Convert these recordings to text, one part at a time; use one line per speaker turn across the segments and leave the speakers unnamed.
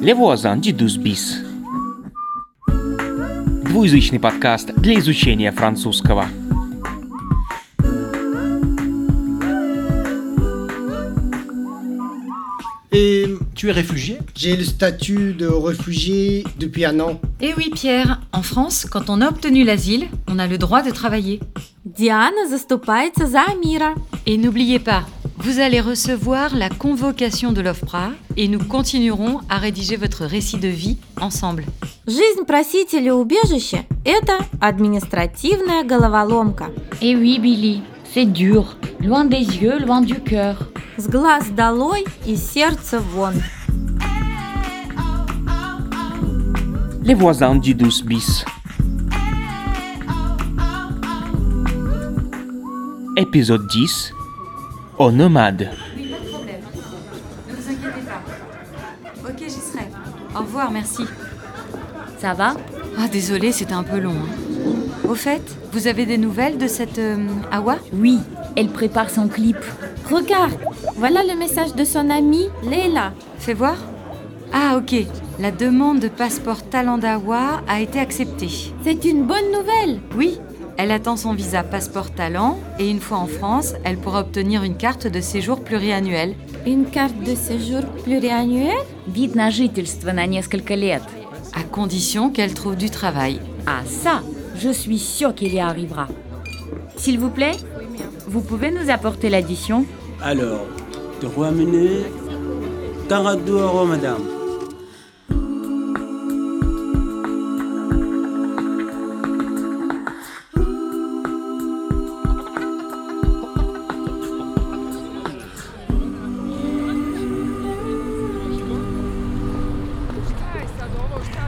Les voisins du 12 bis. Двуязычный подкаст для изучения французского.
Et tu es réfugié
J'ai le statut de réfugié depuis un an.
Eh oui, Pierre, en France, quand on a obtenu l'asile, on a le droit de travailler.
Диана заступается за Амира.
Et n'oubliez pas, vous allez recevoir la convocation de l'OFPRA et nous continuerons à rédiger votre récit de vie ensemble.
Жизнь просителя убежища – это административная головоломка.
Et oui, Billy, c'est dur. Loin des yeux, loin du cœur.
С глаз долой и сердце вон.
Les voisins du 12 bis. Épisode 10. Au nomade.
Ne vous inquiétez pas. Ok, j'y serai. Au revoir, merci.
Ça va
Ah, désolé, c'était un peu long. hein. Au fait, vous avez des nouvelles de cette euh, Awa
Oui, elle prépare son clip.
Regarde, voilà le message de son amie Leila.
Fais voir. Ah, ok. La demande de passeport talent d'Awa a été acceptée.
C'est une bonne nouvelle.
Oui, elle attend son visa passeport talent et une fois en France, elle pourra obtenir une carte de séjour pluriannuelle.
Une carte de séjour pluriannuelle
Вид на жительство на несколько лет.
à condition qu'elle trouve du travail.
Ah ça, je suis sûre qu'il y arrivera. S'il vous plaît, vous pouvez nous apporter l'addition
Alors, trois minutes. 42 euros, madame.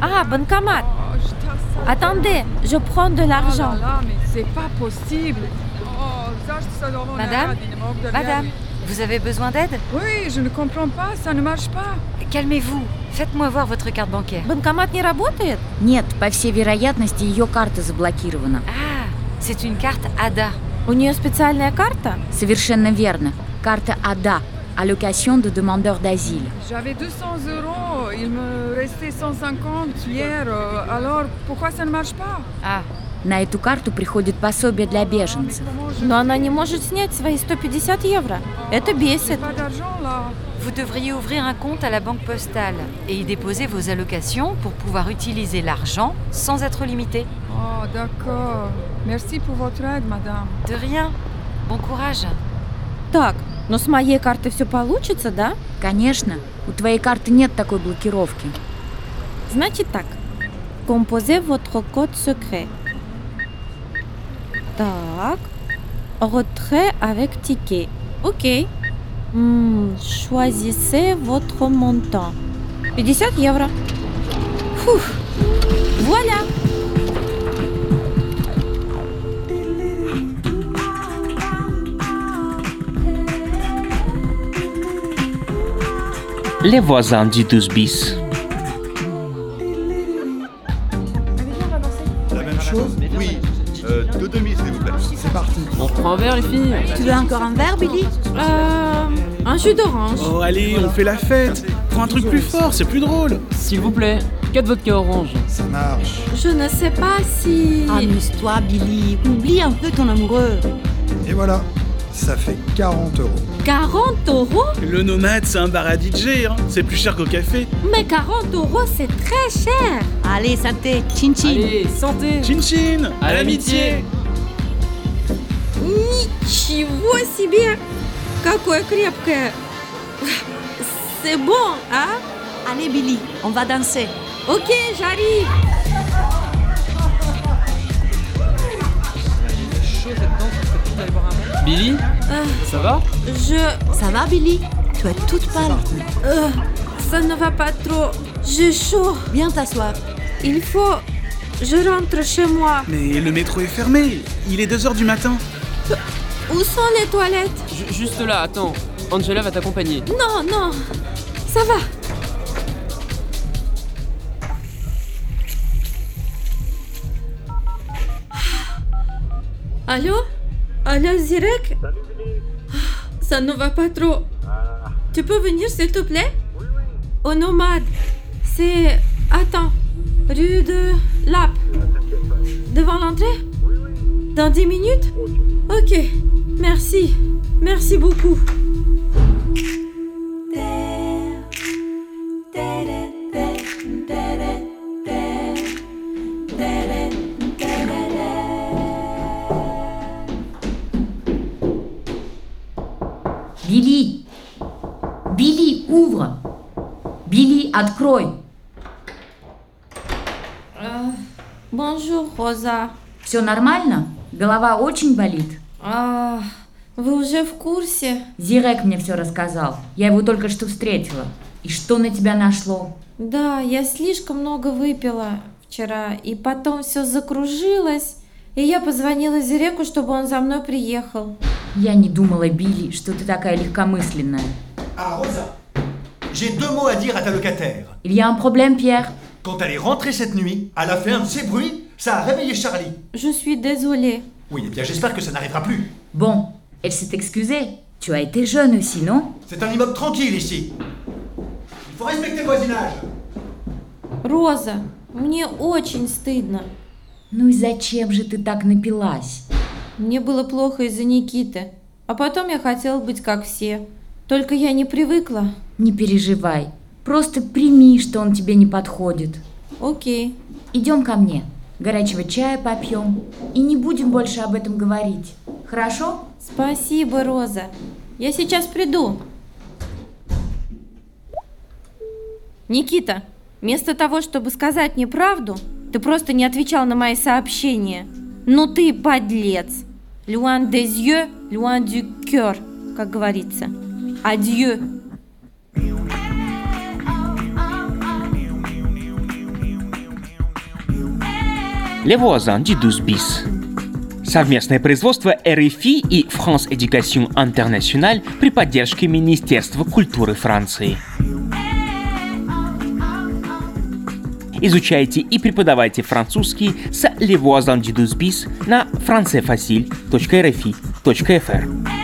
Ah, bancomat.
Oh, je t'en sors.
Attendez, je prends de
Oh
l'argent.
là là, mais c'est pas possible. Oh, zašto sad ovo ne
Madame?
radi, ne mogu da
Madame,
vjerujem.
vous avez besoin d'aide
Oui, je ne comprends pas, ça ne marche pas.
Calmez-vous, faites-moi voir votre carte bancaire.
Банкомат не работает?
Нет, по всей вероятности, ее карта заблокирована.
Ah, c'est une carte ADA.
У нее специальная карта?
Совершенно верно. Карта АДА, алlocation de demandeur d'asile.
J'avais 200 euros, il me restait 150 hier, euh, alors pourquoi ça ne marche pas
Ah,
На эту карту приходит пособие для
Ah, mais
беженцев.
comment je...
Но она не может снять свои 150 евро. Это
J'ai
бесит.
pas d'argent là.
vous devriez ouvrir un compte à la banque postale et y déposer vos allocations pour pouvoir utiliser l'argent sans être limité.
Oh, d'accord. Merci pour votre aide, madame.
De rien. Bon courage.
Так, но с моей карты все получится, да?
Конечно, у твоей карты нет такой блокировки.
Значит так. Composez votre code secret. Так. Retrait avec ticket. Окей. М, Choisissez votre montant. 50 евро. Фух. Voilà.
Les voisins du 12 bis.
La même chose Oui. Euh, deux demi, s'il vous plaît.
C'est parti. On prend un verre, les filles
Tu veux encore un verre, Billy Un jus d'orange.
Oh allez, on fait la fête Prends un truc plus fort, c'est plus drôle
S'il vous plaît, 4 vodka orange.
Ça marche.
Je ne sais pas si...
Amuse-toi, Billy. Oublie un peu ton amoureux.
Et voilà, ça fait 40 euros.
40 euros
Le nomade, c'est un bar à DJ, hein. c'est plus cher qu'au café.
Mais 40 euros, c'est très cher.
Allez, santé, chin
Allez, santé
Chin chin
À l'amitié.
Ничего себе! Какое крепкое! C'est bon, а? Allez, Billy, on va danser. Ok, j'arrive.
Billy Ça va
Euh, Je... Ça va, Billy? Tu es toute pâle. Euh, ça ne va pas trop. J'ai chaud. Viens t'asseoir. Il faut... Je rentre chez moi.
Mais le métro est fermé, il est 2h du matin.
Euh, Où sont les toilettes?
Ju- Juste là, attends. Angela va t'accompagner.
Non, non. Ça va. Allô Allô, Zirek Ah, Ça ne va pas trop. Tu peux venir, s'il te plaît Au nomade. C'est. Attends. Rue de Lap. Devant l'entrée Dans 10 minutes Ok. Merci. Merci beaucoup.
Billy Billy, ouvre Billy, открой
Bonjour, Rosa.
Все нормально? Голова очень болит?
А, вы уже в курсе?
Зирек мне все рассказал. Я его только что встретила. И что на тебя нашло?
Да, я слишком много выпила вчера, и потом все закружилось, и я позвонила Зиреку, чтобы он за мной приехал.
Я не думала, Билли, что ты такая легкомысленная.
Ah, Rosa, j'ai deux mots à dire à ta locataire.
Il y a un problème, Pierre
Quand elle est rentrée cette nuit, à la ferme, ces bruits, ça a réveillé Charlie.
Je suis désolée.
Oui, eh bien, j'espère que ça n'arrivera plus.
Bon, elle s'est excusée. Tu as été jeune aussi, non
C'est un immeuble tranquille ici. Il faut respecter le voisinage.
Роза, мне очень стыдно.
Ну и зачем же ты так напилась?
Мне было плохо из-за Никиты. А потом я хотела быть как все. Только я не привыкла.
Не переживай. Просто прими, что он тебе не подходит.
Окей.
Идем ко мне. Горячего чая попьем. И не будем больше об этом говорить. Хорошо?
Спасибо, Роза. Я сейчас приду. Никита, вместо того, чтобы сказать мне правду, ты просто не отвечал на мои сообщения. Ну ты подлец. Loin des yeux, loin du cœur, как говорится. Adieu.
Les voisins du 12 bis. Совместное производство РФИ и France Education International при поддержке Министерства культуры Франции. Изучайте и преподавайте французский с Les voisins du 12 bis на francefacile.rfi.fr.